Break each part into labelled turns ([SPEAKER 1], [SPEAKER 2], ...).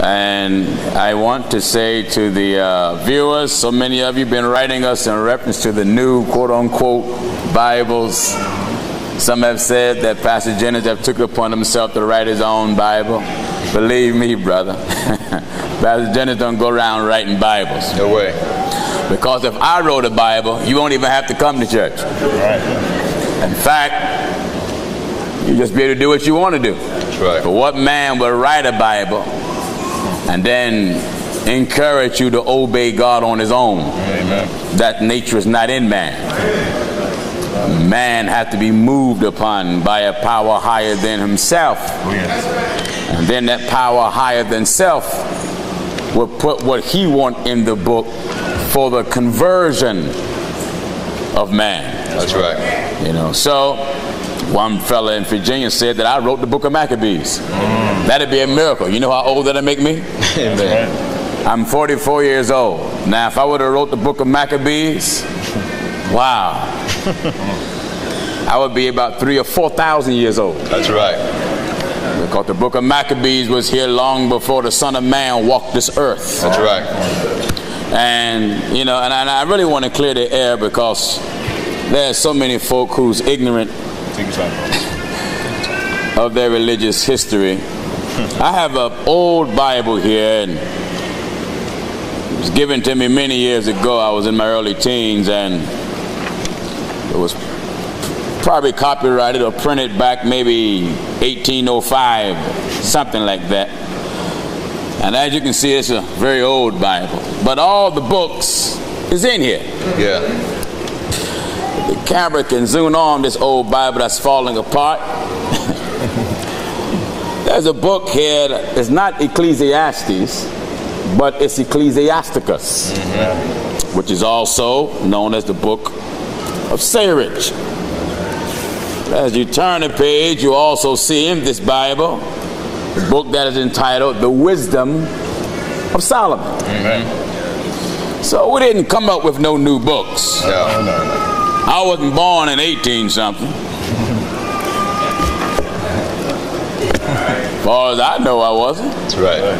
[SPEAKER 1] And I want to say to the uh, viewers, so many of you been writing us in reference to the new quote-unquote Bibles. Some have said that Pastor Jennings have took it upon himself to write his own Bible. Believe me, brother, Pastor Jennings don't go around writing Bibles.
[SPEAKER 2] No way.
[SPEAKER 1] Because if I wrote a Bible, you won't even have to come to church. In fact, you just be able to do what you want to do.
[SPEAKER 2] right.
[SPEAKER 1] But what man will write a Bible and then encourage you to obey God on his own?
[SPEAKER 2] Amen.
[SPEAKER 1] That nature is not in man. Man has to be moved upon by a power higher than himself.
[SPEAKER 2] Oh, yes.
[SPEAKER 1] And then that power higher than self will put what he want in the book for the conversion of man.
[SPEAKER 2] That's right.
[SPEAKER 1] You know, so one fella in Virginia said that I wrote the book of Maccabees. That'd be a miracle. You know how old that'd make me?
[SPEAKER 2] Amen.
[SPEAKER 1] I'm 44 years old. Now, if I would have wrote the book of Maccabees, wow, I would be about three or 4,000 years old.
[SPEAKER 2] That's right.
[SPEAKER 1] Because the book of Maccabees was here long before the Son of Man walked this earth.
[SPEAKER 2] That's right.
[SPEAKER 1] And you know, and I, and I really want to clear the air because there's so many folk who's ignorant
[SPEAKER 2] Take your time.
[SPEAKER 1] of their religious history. I have an old Bible here, and it was given to me many years ago. I was in my early teens, and it was probably copyrighted or printed back maybe 1805, something like that. And as you can see, it's a very old Bible, but all the books is in here
[SPEAKER 2] Yeah.
[SPEAKER 1] the camera can zoom on this old Bible that's falling apart. There's a book here that is not Ecclesiastes, but it's Ecclesiasticus, which is also known as the Book of Sirach. As you turn the page, you also see in this Bible the book that is entitled The Wisdom of Solomon.
[SPEAKER 2] Amen.
[SPEAKER 1] So we didn't come up with no new books.
[SPEAKER 2] No. no.
[SPEAKER 1] I wasn't born in 18 something. far as I know, I wasn't.
[SPEAKER 2] That's right.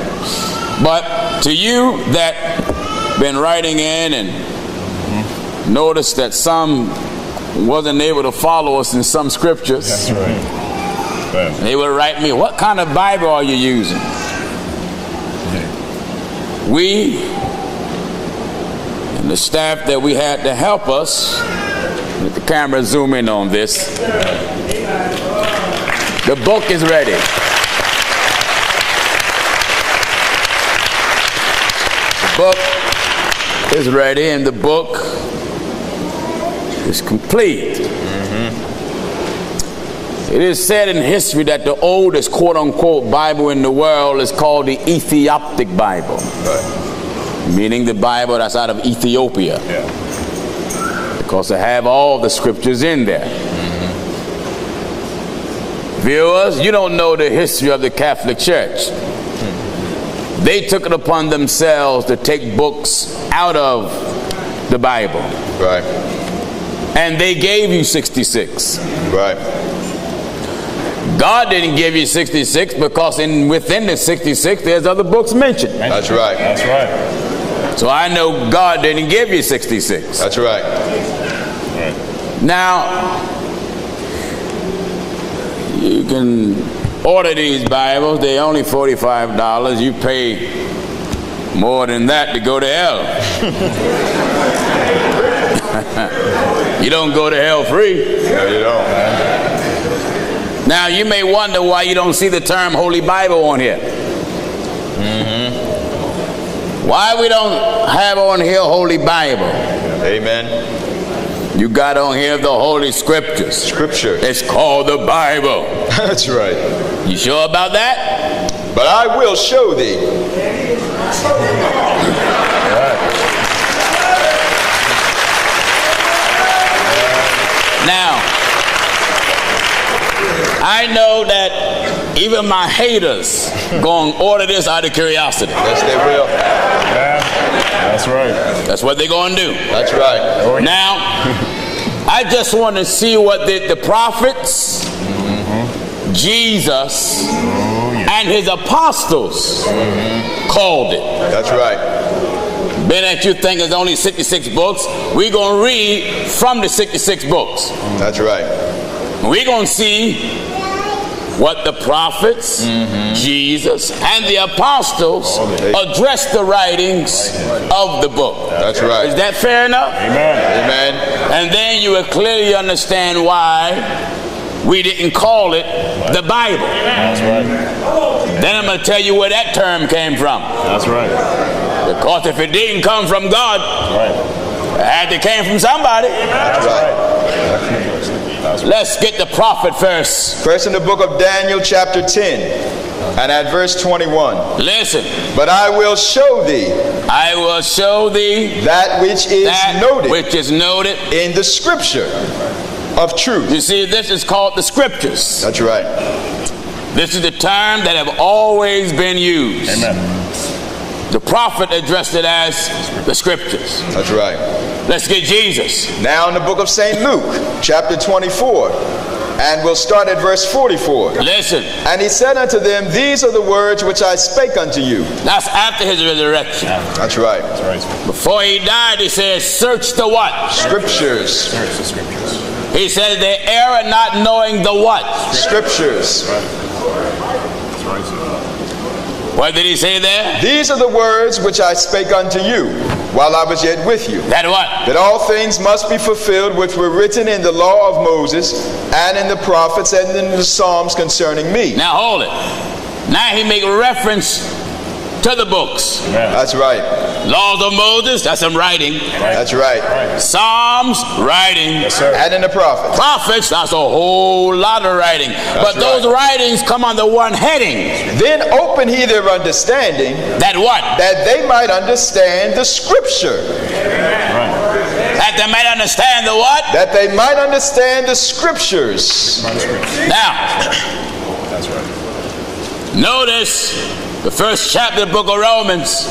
[SPEAKER 1] But to you that been writing in and noticed that some wasn't able to follow us in some scriptures,
[SPEAKER 2] right.
[SPEAKER 1] they would write me, What kind of Bible are you using? We and the staff that we had to help us, let the camera zoom in on this. The book is ready. The book is ready, and the book is complete. It is said in history that the oldest quote unquote Bible in the world is called the Ethiopic Bible,
[SPEAKER 2] Right.
[SPEAKER 1] meaning the Bible that's out of Ethiopia
[SPEAKER 2] Yeah.
[SPEAKER 1] because they have all the scriptures in there.
[SPEAKER 2] Mm-hmm.
[SPEAKER 1] Viewers, you don't know the history of the Catholic Church.
[SPEAKER 2] Hmm.
[SPEAKER 1] They took it upon themselves to take books out of the Bible,
[SPEAKER 2] Right.
[SPEAKER 1] and they gave you 66.
[SPEAKER 2] Right.
[SPEAKER 1] God didn't give you 66 because in within the 66 there's other books mentioned.
[SPEAKER 2] That's right.
[SPEAKER 3] That's right.
[SPEAKER 1] So I know God didn't give you 66.
[SPEAKER 2] That's right.
[SPEAKER 1] Now, you can order these Bibles. They're only forty-five dollars. You pay more than that to go to hell. you don't go to hell free.
[SPEAKER 2] No, you don't.
[SPEAKER 1] Now you may wonder why you don't see the term Holy Bible on here. Mm-hmm. Why we don't have on here Holy Bible?
[SPEAKER 2] Amen.
[SPEAKER 1] You got on here the Holy Scriptures.
[SPEAKER 2] Scripture.
[SPEAKER 1] It's called the Bible.
[SPEAKER 2] That's right.
[SPEAKER 1] You sure about that?
[SPEAKER 2] But I will show thee.
[SPEAKER 1] Now, I know that even my haters going order this out of curiosity.
[SPEAKER 2] Yes, they will.
[SPEAKER 3] Yeah. That's right.
[SPEAKER 1] That's what they're going to do.
[SPEAKER 2] That's right.
[SPEAKER 1] Now, I just want to see what the, the prophets, Jesus,
[SPEAKER 3] Oh, yeah.
[SPEAKER 1] and his apostles called it.
[SPEAKER 2] That's right.
[SPEAKER 1] Being that you think it's only 66 books, we're going to read from the 66 books.
[SPEAKER 2] That's right.
[SPEAKER 1] We're going to see what the prophets,
[SPEAKER 3] Mm-hmm.
[SPEAKER 1] Jesus, and the apostles address the writings of the book.
[SPEAKER 2] That's
[SPEAKER 1] Is
[SPEAKER 2] right.
[SPEAKER 1] that fair enough?
[SPEAKER 3] Amen.
[SPEAKER 2] Amen.
[SPEAKER 1] And then you will clearly understand why we didn't call it the Bible.
[SPEAKER 3] That's right.
[SPEAKER 1] Then I'm going to tell you where that term came from.
[SPEAKER 3] That's right.
[SPEAKER 1] Because if it didn't come from God,
[SPEAKER 3] Right.
[SPEAKER 1] it had to came from somebody.
[SPEAKER 2] That's right.
[SPEAKER 1] Let's get the prophet first.
[SPEAKER 2] First in the book of Daniel, chapter 10, and at verse 21.
[SPEAKER 1] Listen,
[SPEAKER 2] But I will show thee
[SPEAKER 1] I will show thee
[SPEAKER 2] that which is
[SPEAKER 1] that
[SPEAKER 2] noted
[SPEAKER 1] which is noted.
[SPEAKER 2] in the scripture of truth.
[SPEAKER 1] You see, this is called the scriptures.
[SPEAKER 2] That's right.
[SPEAKER 1] This is the term that have always been used.
[SPEAKER 3] Amen.
[SPEAKER 1] The prophet addressed it as the scriptures.
[SPEAKER 2] That's right.
[SPEAKER 1] Let's get Jesus.
[SPEAKER 2] Now in the book of St. Luke, chapter 24, and we'll start at verse 44.
[SPEAKER 1] Listen,
[SPEAKER 2] And he said unto them, These are the words which I spake unto you.
[SPEAKER 1] that's after his resurrection.
[SPEAKER 2] That's right.
[SPEAKER 3] That's right.
[SPEAKER 1] Before he died, he said, Search the what?
[SPEAKER 2] Scriptures.
[SPEAKER 3] Here's the scriptures.
[SPEAKER 1] He said, They err in not knowing the what.
[SPEAKER 2] Scriptures.
[SPEAKER 3] That's right.
[SPEAKER 1] What did he say there?
[SPEAKER 2] These are the words which I spake unto you while I was yet with you.
[SPEAKER 1] That what?
[SPEAKER 2] that all things must be fulfilled which were written in the law of Moses and in the prophets and in the Psalms concerning me.
[SPEAKER 1] Now hold it. Now he make reference to the books.
[SPEAKER 3] Amen.
[SPEAKER 2] That's right.
[SPEAKER 1] Laws of Moses, that's some writing.
[SPEAKER 2] That's right.
[SPEAKER 3] Right.
[SPEAKER 1] Psalms, writing.
[SPEAKER 3] Yes, sir.
[SPEAKER 2] And in the prophets.
[SPEAKER 1] Prophets, that's a whole lot of writing. but those writings come under one heading.
[SPEAKER 2] Then open he their understanding
[SPEAKER 1] That what?
[SPEAKER 2] that they might understand the scripture.
[SPEAKER 3] Right.
[SPEAKER 1] That they might understand the what?
[SPEAKER 2] That they might understand the scriptures.
[SPEAKER 1] Now,
[SPEAKER 3] That's right.
[SPEAKER 1] notice the first chapter of the book of Romans.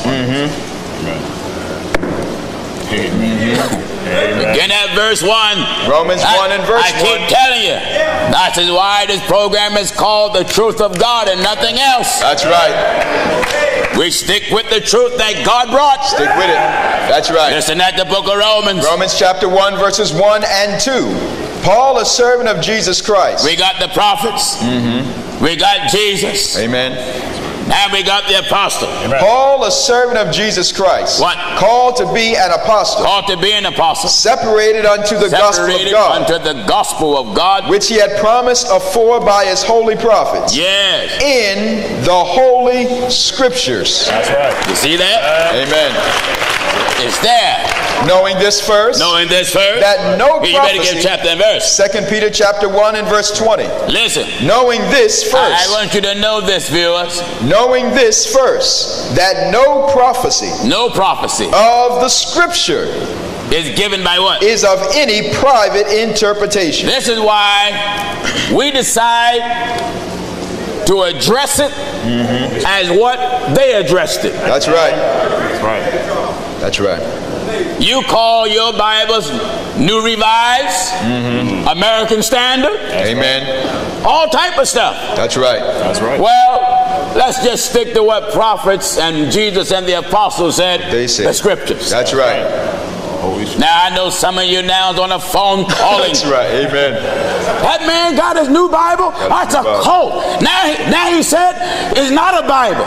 [SPEAKER 3] Amen.
[SPEAKER 1] Again, at verse 1.
[SPEAKER 2] Romans
[SPEAKER 1] I-
[SPEAKER 2] 1 and verse
[SPEAKER 1] I keep
[SPEAKER 2] 1.
[SPEAKER 1] telling you. That is why this program is called The Truth of God and nothing else.
[SPEAKER 2] That's right.
[SPEAKER 1] We stick with the truth that God brought.
[SPEAKER 2] Stick with it. That's right.
[SPEAKER 1] Listen at the book of Romans.
[SPEAKER 2] Romans chapter 1, verses 1 and 2. Paul, a servant of Jesus Christ.
[SPEAKER 1] We got the prophets.
[SPEAKER 2] Mm-hmm.
[SPEAKER 1] We got Jesus.
[SPEAKER 2] Amen.
[SPEAKER 1] And we got the apostle.
[SPEAKER 2] Paul, a servant of Jesus Christ,
[SPEAKER 1] What?
[SPEAKER 2] called to be an apostle,
[SPEAKER 1] Ought to be an apostle.
[SPEAKER 2] separated unto the gospel of
[SPEAKER 1] Separated
[SPEAKER 2] God,
[SPEAKER 1] unto the gospel of God.
[SPEAKER 2] which he had promised afore by his holy prophets,
[SPEAKER 1] Yes.
[SPEAKER 2] in the holy scriptures.
[SPEAKER 3] That's right.
[SPEAKER 1] You see that?
[SPEAKER 2] Amen.
[SPEAKER 1] It's there.
[SPEAKER 2] Knowing this first,
[SPEAKER 1] Knowing this verse.
[SPEAKER 2] that no
[SPEAKER 1] you better give
[SPEAKER 2] prophecy.
[SPEAKER 1] chapter and verse.
[SPEAKER 2] 2 Peter chapter 1 and verse 20.
[SPEAKER 1] Listen.
[SPEAKER 2] Knowing this
[SPEAKER 1] I, I
[SPEAKER 2] first,
[SPEAKER 1] want you to know this, viewers.
[SPEAKER 2] knowing this first, that no prophecy
[SPEAKER 1] No prophecy
[SPEAKER 2] of the scripture
[SPEAKER 1] is given by what?
[SPEAKER 2] is of any private interpretation.
[SPEAKER 1] This is why we decide to address it
[SPEAKER 2] Mm-hmm.
[SPEAKER 1] as what they addressed it.
[SPEAKER 2] That's right.
[SPEAKER 3] That's right.
[SPEAKER 2] That's right.
[SPEAKER 1] You call your Bibles New Revised,
[SPEAKER 2] Mm-hmm.
[SPEAKER 1] American Standard,
[SPEAKER 2] Amen.
[SPEAKER 1] all type of stuff.
[SPEAKER 2] That's right.
[SPEAKER 3] That's right.
[SPEAKER 1] Well, let's just stick to what prophets and Jesus and the apostles said,
[SPEAKER 2] They said.
[SPEAKER 1] the scriptures.
[SPEAKER 2] That's right.
[SPEAKER 3] Holy shit.
[SPEAKER 1] now I know some of you now is on a phone calling.
[SPEAKER 2] That's right. Amen.
[SPEAKER 1] That man got his new Bible.
[SPEAKER 2] Got
[SPEAKER 1] That's
[SPEAKER 2] his
[SPEAKER 1] a
[SPEAKER 2] new Bible.
[SPEAKER 1] cult. Now, he- now he said it's not a Bible.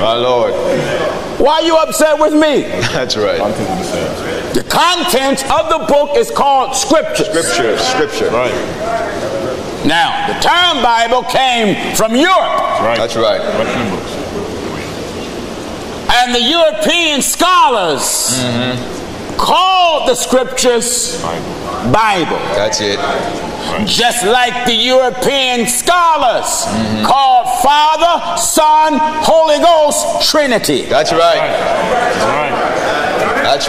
[SPEAKER 2] My Lord.
[SPEAKER 1] Why are you upset with me?
[SPEAKER 2] That's right.
[SPEAKER 3] Content of the same.
[SPEAKER 1] The contents of the book is called scriptures.
[SPEAKER 2] Scripture. Scripture.
[SPEAKER 3] Right.
[SPEAKER 1] Now, the term Bible came from Europe.
[SPEAKER 3] Right.
[SPEAKER 2] That's right.
[SPEAKER 3] Collection of books.
[SPEAKER 1] And the European scholars
[SPEAKER 2] Mm-hmm.
[SPEAKER 1] called the scriptures
[SPEAKER 3] Bible.
[SPEAKER 1] Bible.
[SPEAKER 2] That's it.
[SPEAKER 1] Just like the European scholars called Father, Son, Holy Ghost, Trinity.
[SPEAKER 2] That's right.
[SPEAKER 3] That's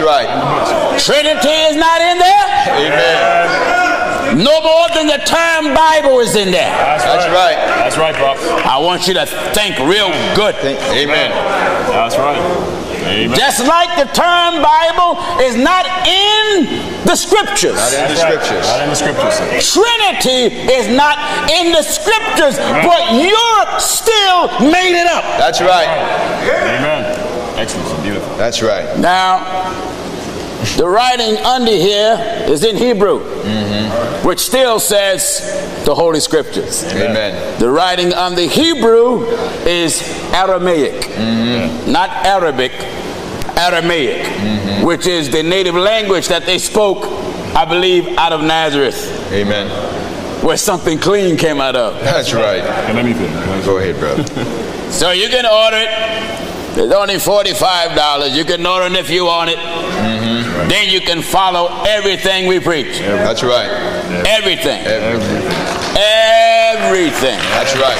[SPEAKER 2] That's
[SPEAKER 3] right.
[SPEAKER 2] right.
[SPEAKER 1] Trinity is not in there.
[SPEAKER 2] Amen.
[SPEAKER 1] No more than the term Bible is in there.
[SPEAKER 3] That's,
[SPEAKER 2] That's right.
[SPEAKER 3] That's right, Pop.
[SPEAKER 1] I want you to think real good.
[SPEAKER 2] Thank- Amen.
[SPEAKER 3] That's right. Amen.
[SPEAKER 1] Just like the term Bible is not in the scriptures.
[SPEAKER 2] in the
[SPEAKER 3] That's right.
[SPEAKER 2] scriptures.
[SPEAKER 3] Not in the scriptures. sir.
[SPEAKER 1] Trinity is not in the scriptures, but you're still made it up.
[SPEAKER 2] That's right.
[SPEAKER 3] Amen. Excellent. sir. Beautiful.
[SPEAKER 2] That's right.
[SPEAKER 1] Now, the writing under here is in Hebrew, which still says the Holy Scriptures.
[SPEAKER 2] Amen.
[SPEAKER 1] The writing on the Hebrew is Aramaic, not Arabic, Aramaic, which is the native language that they spoke, I believe, out of Nazareth,
[SPEAKER 2] Amen.
[SPEAKER 1] where something clean came out of.
[SPEAKER 2] That's right.
[SPEAKER 3] And let me finish.
[SPEAKER 2] Go ahead, brother.
[SPEAKER 1] So you can order it. It's only $45. You can order it if you want it. Then you can follow everything we preach.
[SPEAKER 2] That's right.
[SPEAKER 1] Everything.
[SPEAKER 2] Everything.
[SPEAKER 1] Everything.
[SPEAKER 2] That's right.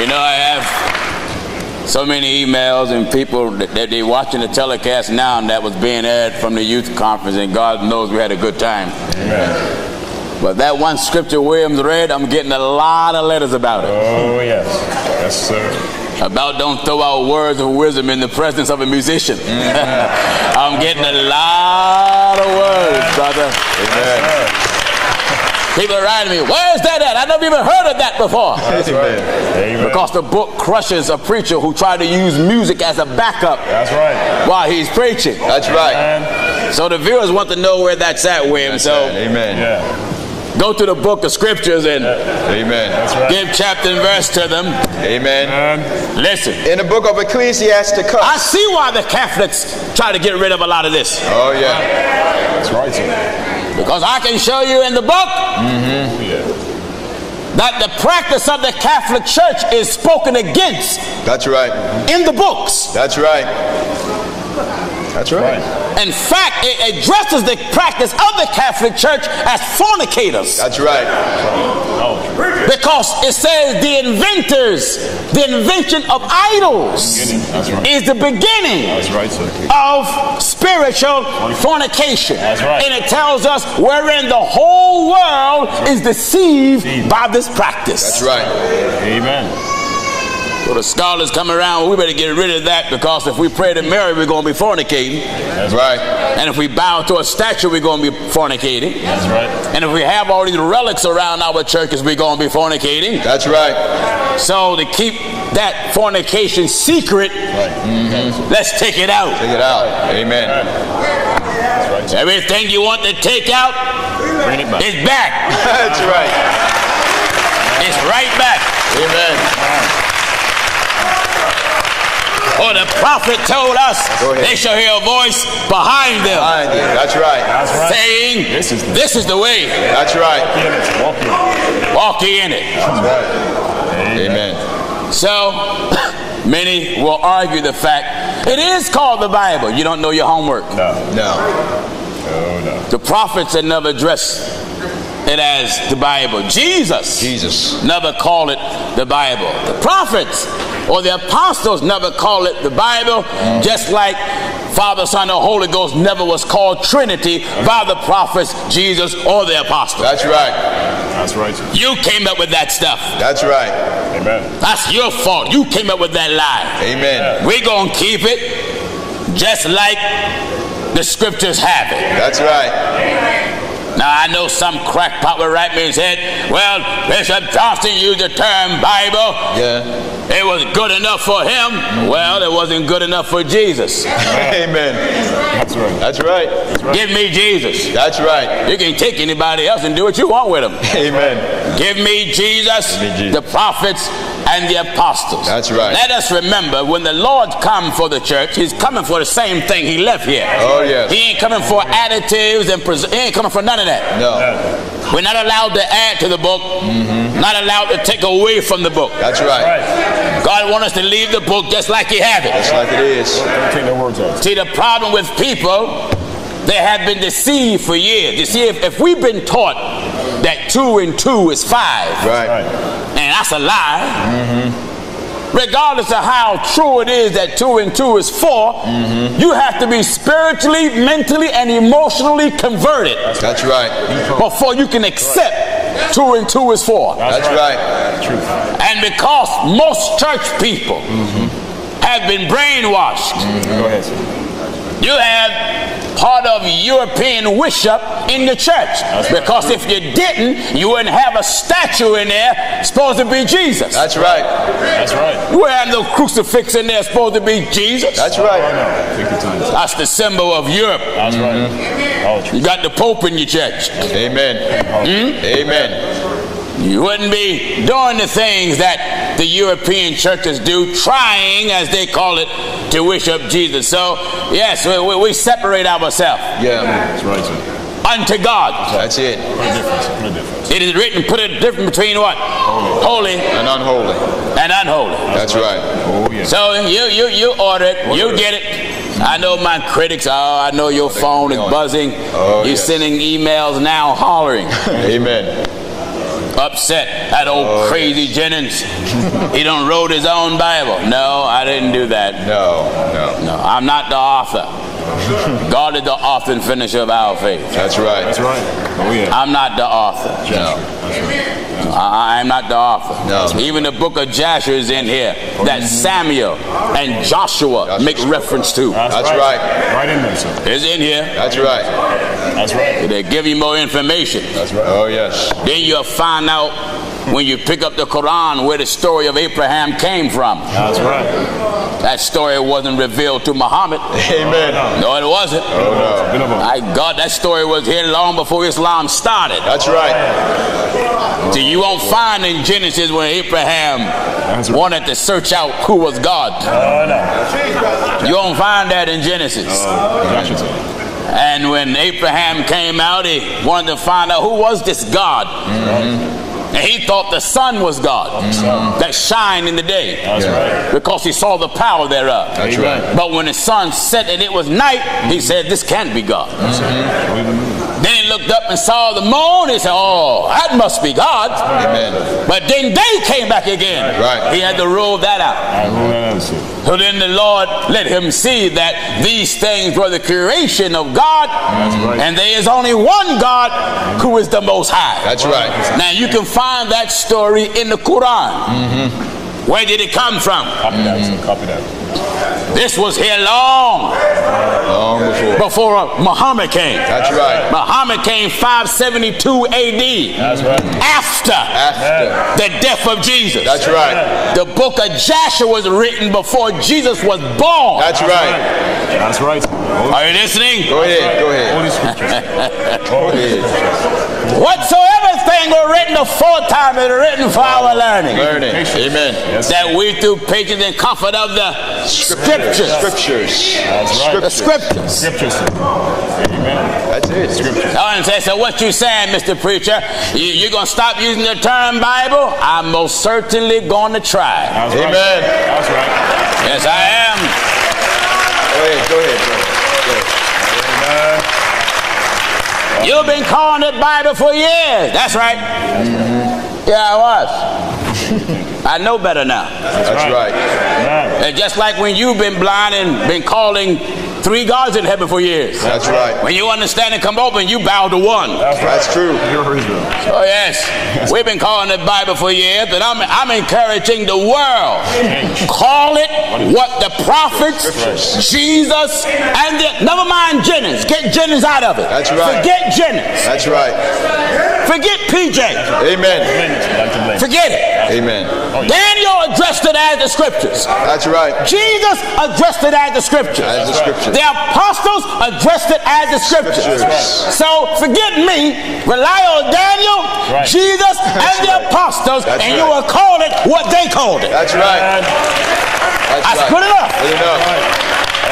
[SPEAKER 1] You know, I have so many emails and people that, that they watching the telecast now and that was being aired from the youth conference, and God knows we had a good time.
[SPEAKER 3] Amen.
[SPEAKER 1] But that one scripture Williams read, I'm getting a lot of letters about it.
[SPEAKER 3] Oh, yes. Yes, sir.
[SPEAKER 1] About don't throw out words of wisdom in the presence of a musician. I'm getting a lot of words, brother.
[SPEAKER 2] Amen.
[SPEAKER 1] People are writing me, where's that at? I never even heard of that before.
[SPEAKER 2] Amen.
[SPEAKER 3] Amen.
[SPEAKER 1] Because the book crushes a preacher who tried to use music as a backup
[SPEAKER 3] That's right.
[SPEAKER 1] while he's preaching.
[SPEAKER 2] That's right.
[SPEAKER 3] And
[SPEAKER 1] So the viewers want to know where that's at, William. So
[SPEAKER 2] Amen.
[SPEAKER 3] yeah.
[SPEAKER 1] go to the book of scriptures and
[SPEAKER 2] Amen.
[SPEAKER 3] That's right.
[SPEAKER 1] give chapter and verse to them.
[SPEAKER 2] Amen.
[SPEAKER 3] And
[SPEAKER 1] Listen,
[SPEAKER 2] In the book of Ecclesiasticus.
[SPEAKER 1] I see why the Catholics try to get rid of a lot of this.
[SPEAKER 2] Oh yeah.
[SPEAKER 3] that's right, sir.
[SPEAKER 1] Because I can show you in the book
[SPEAKER 3] Oh, yeah.
[SPEAKER 1] that the practice of the Catholic Church is spoken against
[SPEAKER 2] That's right.
[SPEAKER 1] in the books.
[SPEAKER 2] That's right. That's right.
[SPEAKER 3] Right.
[SPEAKER 1] In fact, it addresses the practice of the Catholic Church as fornicators.
[SPEAKER 2] That's right.
[SPEAKER 3] Oh,
[SPEAKER 1] Because it says the inventors, the invention of idols
[SPEAKER 3] Beginning, that's right.
[SPEAKER 1] is the beginning
[SPEAKER 3] that's right, sir.
[SPEAKER 1] of spiritual fornication.
[SPEAKER 3] That's right.
[SPEAKER 1] And it tells us wherein the whole world is deceived
[SPEAKER 3] Deceived.
[SPEAKER 1] by this practice.
[SPEAKER 2] That's right.
[SPEAKER 3] Amen.
[SPEAKER 1] So the scholars come around, we better get rid of that because if we pray to Mary, we're going to be fornicating.
[SPEAKER 2] That's right.
[SPEAKER 1] And if we bow to a statue, we're going to be fornicating.
[SPEAKER 3] That's right.
[SPEAKER 1] And if we have all these relics around our churches, we're going to be fornicating.
[SPEAKER 2] That's right.
[SPEAKER 1] So to keep that fornication secret,
[SPEAKER 3] Mm-hmm.
[SPEAKER 1] let's take it out.
[SPEAKER 2] Take it out. Amen.
[SPEAKER 1] Everything you want to take out
[SPEAKER 3] Bring it back.
[SPEAKER 1] is back.
[SPEAKER 2] That's right.
[SPEAKER 1] It's right back.
[SPEAKER 2] Amen.
[SPEAKER 1] Or the prophet told us
[SPEAKER 2] Go ahead.
[SPEAKER 1] they shall hear a voice behind them
[SPEAKER 2] Find it. That's right.
[SPEAKER 3] Uh, That's right.
[SPEAKER 1] saying,
[SPEAKER 3] This is the-
[SPEAKER 1] This is the way.
[SPEAKER 2] That's right.
[SPEAKER 3] Walk in it. Walk in it.
[SPEAKER 1] Walk ye in it.
[SPEAKER 2] That's right. Amen.
[SPEAKER 1] So many will argue the fact it is called the Bible. You don't know your homework.
[SPEAKER 3] No.
[SPEAKER 2] No.
[SPEAKER 3] Oh, no.
[SPEAKER 1] The prophets had never addressed it as the Bible. Jesus.
[SPEAKER 2] Jesus.
[SPEAKER 1] never call it the Bible. The prophets or the apostles never call it the Bible, just like Father, Son, and Holy Ghost never was called Trinity by the prophets, Jesus, or the apostles.
[SPEAKER 2] That's right.
[SPEAKER 3] That's right, sir.
[SPEAKER 1] You came up with that stuff.
[SPEAKER 2] That's right.
[SPEAKER 3] Amen.
[SPEAKER 1] That's your fault. You came up with that lie.
[SPEAKER 2] Amen.
[SPEAKER 1] We're going to keep it just like the scriptures have it.
[SPEAKER 2] That's right.
[SPEAKER 1] Now I know some crackpot will write me and said, "Well, Bishop Johnson used the term Bible.
[SPEAKER 2] Yeah.
[SPEAKER 1] it was good enough for him. Well, it wasn't good enough for Jesus.
[SPEAKER 2] Amen.
[SPEAKER 3] That's right.
[SPEAKER 2] That's right.
[SPEAKER 1] Give me Jesus.
[SPEAKER 2] That's right.
[SPEAKER 1] You can take anybody else and do what you want with them.
[SPEAKER 2] Amen.
[SPEAKER 1] Give me Jesus,
[SPEAKER 2] Give me Jesus.
[SPEAKER 1] the prophets, and the apostles.
[SPEAKER 2] That's right.
[SPEAKER 1] Let us remember when the Lord come for the church, He's coming for the same thing He left here.
[SPEAKER 2] Oh, yes.
[SPEAKER 1] He ain't coming for additives and pres- He ain't coming for none of that.
[SPEAKER 2] No.
[SPEAKER 1] We're not allowed to add to the book,
[SPEAKER 2] Mm-hmm.
[SPEAKER 1] not allowed to take away from the book.
[SPEAKER 2] That's right.
[SPEAKER 3] Right.
[SPEAKER 1] God wants us to leave the book just like He have it.
[SPEAKER 2] Just like it is.
[SPEAKER 3] Don't take their words out.
[SPEAKER 1] See, the problem with people, they have been deceived for years. You see, if, if we've been taught that two and two is five,
[SPEAKER 2] Right.
[SPEAKER 3] Right.
[SPEAKER 1] and that's a lie, regardless of how true it is that two and two is 4 you have to be spiritually, mentally, and emotionally converted
[SPEAKER 2] That's right.
[SPEAKER 1] before you can accept two and two is four.
[SPEAKER 2] That's right.
[SPEAKER 3] Truth.
[SPEAKER 1] And because most church people have been brainwashed.
[SPEAKER 3] Go ahead, sir.
[SPEAKER 1] You have part of European worship in the church. because if you didn't, you wouldn't have a statue in there supposed to be Jesus.
[SPEAKER 2] That's right.
[SPEAKER 3] That's right.
[SPEAKER 1] You wouldn't have no crucifix in there supposed to be Jesus.
[SPEAKER 2] That's right.
[SPEAKER 3] Right now. Take your time. sir.
[SPEAKER 1] That's the symbol of Europe.
[SPEAKER 3] That's
[SPEAKER 2] Mm-hmm.
[SPEAKER 3] right. All the
[SPEAKER 1] You
[SPEAKER 3] truth.
[SPEAKER 1] got the Pope in your church.
[SPEAKER 2] Amen. Hmm? Amen.
[SPEAKER 1] You wouldn't be doing the things that the European churches do, trying, as they call it, to worship Jesus. So, yes, we, we, we separate ourselves
[SPEAKER 2] Yeah.
[SPEAKER 3] That's right, sir.
[SPEAKER 1] unto God.
[SPEAKER 2] That's it.
[SPEAKER 3] Put a difference. Put a difference.
[SPEAKER 1] It is written, put a difference between what? Holy
[SPEAKER 2] And unholy.
[SPEAKER 1] and unholy.
[SPEAKER 2] That's right.
[SPEAKER 3] Oh, yeah.
[SPEAKER 1] So you you you order it, you get it. I know my critics. Oh, I know your phone is buzzing.
[SPEAKER 2] Oh,
[SPEAKER 1] You're
[SPEAKER 2] yes.
[SPEAKER 1] sending emails now, hollering,
[SPEAKER 2] Amen.
[SPEAKER 1] upset at old
[SPEAKER 2] Oh,
[SPEAKER 1] crazy Jennings. he don't wrote his own Bible. No, I didn't do that.
[SPEAKER 2] No, no.
[SPEAKER 1] No, I'm not the author. God is the author and finisher of our faith.
[SPEAKER 2] That's right.
[SPEAKER 3] That's right. Oh, yeah.
[SPEAKER 1] I'm not the author.
[SPEAKER 2] No.
[SPEAKER 1] I- I, I'm not the author.
[SPEAKER 2] No. Mm-hmm.
[SPEAKER 1] Even the book of Jasher is in here that Samuel and Joshua make reference to.
[SPEAKER 2] That's right.
[SPEAKER 3] Right in there, sir.
[SPEAKER 1] It's in here.
[SPEAKER 2] That's right.
[SPEAKER 3] That's right.
[SPEAKER 1] They give you more information.
[SPEAKER 2] That's right. Oh, yes.
[SPEAKER 1] Then you'll find out when you pick up the Quran where the story of Abraham came from.
[SPEAKER 3] That's right.
[SPEAKER 1] That story wasn't revealed to Muhammad.
[SPEAKER 2] Amen.
[SPEAKER 1] No, it wasn't.
[SPEAKER 3] Been over.
[SPEAKER 1] My God, that story was here long before Islam started.
[SPEAKER 2] That's right.
[SPEAKER 1] So you won't find in Genesis when Abraham
[SPEAKER 3] right.
[SPEAKER 1] wanted to search out who was God.
[SPEAKER 3] Oh, no.
[SPEAKER 1] You won't find that in Genesis.
[SPEAKER 3] Gotcha, sir.
[SPEAKER 1] And when Abraham came out, he wanted to find out who was this God. And he thought the sun was God that shined in the day.
[SPEAKER 3] That's right.
[SPEAKER 1] because he saw the power thereof.
[SPEAKER 2] That's
[SPEAKER 3] Amen.
[SPEAKER 2] right.
[SPEAKER 1] But when the sun set and it was night, he said, This can't be God.
[SPEAKER 3] Oh, even more.
[SPEAKER 1] Then he looked up and saw the moon. He said, Oh, that must be God.
[SPEAKER 2] Amen.
[SPEAKER 1] But then they came back again.
[SPEAKER 2] Right.
[SPEAKER 1] He had to rule that out.
[SPEAKER 3] I rule that out, sir.
[SPEAKER 1] So then the Lord let him see that these things were the creation of God,
[SPEAKER 3] right.
[SPEAKER 1] and there is only one God who is the Most High.
[SPEAKER 2] That's right.
[SPEAKER 1] Now you can find that story in the Quran.
[SPEAKER 2] Mm-hmm.
[SPEAKER 1] Where did it come from?
[SPEAKER 3] Copy that, sir. Copy that.
[SPEAKER 1] This was here long
[SPEAKER 2] Long before.
[SPEAKER 1] before uh, Muhammad came.
[SPEAKER 2] That's right.
[SPEAKER 1] Muhammad came 572 AD
[SPEAKER 3] That's right.
[SPEAKER 1] after
[SPEAKER 2] After.
[SPEAKER 1] the death of Jesus.
[SPEAKER 2] That's right.
[SPEAKER 1] The book of Joshua was written before Jesus was born.
[SPEAKER 2] That's right.
[SPEAKER 3] That's right. Holy,
[SPEAKER 1] Are you listening?
[SPEAKER 2] Go ahead. Go ahead.
[SPEAKER 3] holy scriptures. Holy scriptures.
[SPEAKER 1] Whatsoever thing were written aforetime is written for our learning.
[SPEAKER 2] Learning. Amen.
[SPEAKER 3] Yes,
[SPEAKER 1] That we through patience and comfort of the scriptures.
[SPEAKER 2] Scriptures.
[SPEAKER 1] The
[SPEAKER 3] That's right.
[SPEAKER 1] scriptures.
[SPEAKER 3] Scriptures. sir. Amen.
[SPEAKER 2] That's it. Scriptures.
[SPEAKER 1] Oh, and say, so what you saying, Mr. Preacher? You, you're going to stop using the term Bible? I'm most certainly going to try.
[SPEAKER 3] That's
[SPEAKER 2] Amen.
[SPEAKER 3] right. That's right.
[SPEAKER 1] Yes, I am.
[SPEAKER 2] Go ahead. Go ahead.
[SPEAKER 1] You've been calling it Bible for years. That's right. Yeah, I was. I know better now.
[SPEAKER 2] Bro. That's right.
[SPEAKER 3] Amen.
[SPEAKER 1] And just like when you've been blind and been calling three gods in heaven for years.
[SPEAKER 2] That's right.
[SPEAKER 1] When you understand and come open, you bow to one.
[SPEAKER 3] That's right.
[SPEAKER 2] That's true.
[SPEAKER 3] You're Israel.
[SPEAKER 1] Oh yes, we've been calling it Bible for years, but I'm I'm encouraging the world call it what the prophets, Jesus, and the, never mind Jennings. Get Jennings out of it.
[SPEAKER 2] That's right.
[SPEAKER 1] Forget Jennings.
[SPEAKER 2] That's right.
[SPEAKER 1] Forget PJ.
[SPEAKER 2] Amen.
[SPEAKER 1] Forget it.
[SPEAKER 2] Amen.
[SPEAKER 1] Daniel addressed it as the scriptures.
[SPEAKER 2] That's right.
[SPEAKER 1] Jesus addressed it as the scriptures.
[SPEAKER 2] That's the scriptures.
[SPEAKER 1] The apostles addressed it as the scriptures.
[SPEAKER 2] Scriptures.
[SPEAKER 1] So forget me, rely on Daniel,
[SPEAKER 3] Right.
[SPEAKER 1] Jesus, and the apostles,
[SPEAKER 2] That's
[SPEAKER 1] and
[SPEAKER 2] right.
[SPEAKER 1] you will call it what they called it.
[SPEAKER 2] That's right. That's
[SPEAKER 1] I
[SPEAKER 2] right.
[SPEAKER 1] put it up.
[SPEAKER 2] Put it up.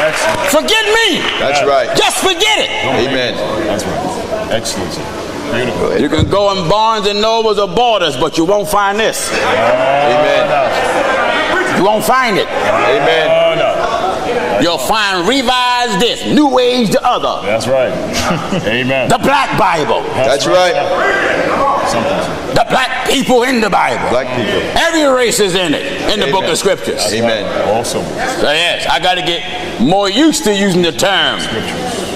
[SPEAKER 3] Excellent.
[SPEAKER 1] Forget me.
[SPEAKER 2] That's right.
[SPEAKER 1] Just forget it.
[SPEAKER 2] Amen.
[SPEAKER 3] That's right. Excellent. sir. Beautiful.
[SPEAKER 1] You can go in Barnes and Nobles or Borders, but you won't find this.
[SPEAKER 2] Amen.
[SPEAKER 1] You won't find it.
[SPEAKER 2] Amen.
[SPEAKER 3] Oh, no.
[SPEAKER 1] You'll find revised this, New Age the other,
[SPEAKER 3] That's right. Amen.
[SPEAKER 1] the Black Bible,
[SPEAKER 2] That's right.
[SPEAKER 3] Something.
[SPEAKER 1] the Black people in the Bible.
[SPEAKER 2] Black people.
[SPEAKER 1] Every race is in it in the book
[SPEAKER 2] Amen.
[SPEAKER 1] of scriptures. So
[SPEAKER 2] Amen.
[SPEAKER 3] Awesome.
[SPEAKER 1] yes, I got to get more used to using the term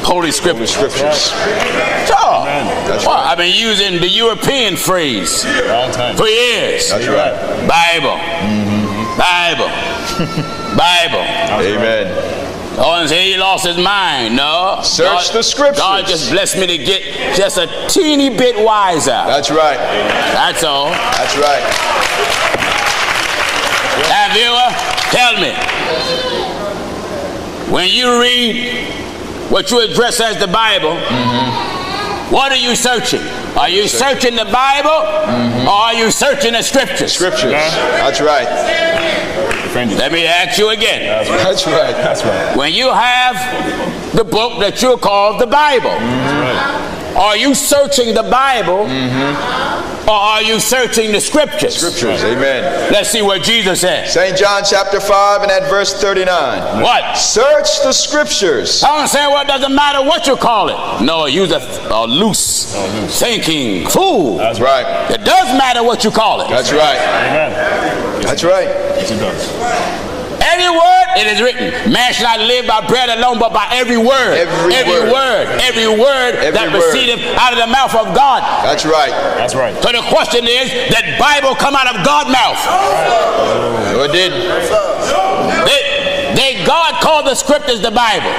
[SPEAKER 1] holy scripture.
[SPEAKER 2] Scriptures.
[SPEAKER 1] Sure.
[SPEAKER 2] That's
[SPEAKER 1] Well, I've been using the European phrase
[SPEAKER 3] Long time.
[SPEAKER 1] for years.
[SPEAKER 2] That's right.
[SPEAKER 1] Bible. Bible. Bible.
[SPEAKER 2] Amen.
[SPEAKER 1] Oh, and say he lost his mind. No.
[SPEAKER 2] Search
[SPEAKER 1] God-
[SPEAKER 2] the scriptures.
[SPEAKER 1] God just blessed me to get just a teeny bit wiser.
[SPEAKER 2] That's right.
[SPEAKER 1] That's all.
[SPEAKER 2] That's right.
[SPEAKER 1] Now, viewer, uh, tell me. When you read what you address as the Bible, what are you searching? Are you searching the Bible or are you searching the scriptures?
[SPEAKER 2] Scriptures. That's right.
[SPEAKER 3] Defend it.
[SPEAKER 1] Let me ask you
[SPEAKER 2] Uh.
[SPEAKER 1] again.
[SPEAKER 2] That's right.
[SPEAKER 3] That's right.
[SPEAKER 1] When you have the book that you call the Bible, are you searching the Bible or are you searching the scriptures?
[SPEAKER 2] Scriptures. Amen.
[SPEAKER 1] Let's see what Jesus said.
[SPEAKER 2] St. John chapter 5 and at verse 39.
[SPEAKER 1] What?
[SPEAKER 2] Search the scriptures.
[SPEAKER 1] I don't say well, it doesn't matter what you call it. No, you're a, a loose, thinking fool.
[SPEAKER 2] That's right.
[SPEAKER 1] it does matter what you call it.
[SPEAKER 2] That's right.
[SPEAKER 3] Amen.
[SPEAKER 2] That's right.
[SPEAKER 3] Yes, it does.
[SPEAKER 1] Every word, it is written. Man shall not live by bread alone, but by every word.
[SPEAKER 2] Every
[SPEAKER 1] word.
[SPEAKER 2] word.
[SPEAKER 1] Every word
[SPEAKER 2] Every
[SPEAKER 1] that
[SPEAKER 2] word.
[SPEAKER 1] proceedeth out of the mouth of God.
[SPEAKER 2] That's right.
[SPEAKER 3] That's right.
[SPEAKER 1] So the question is, did Bible come out of God's mouth?
[SPEAKER 2] No, it didn't.
[SPEAKER 1] Did, did God call the scriptures the Bible?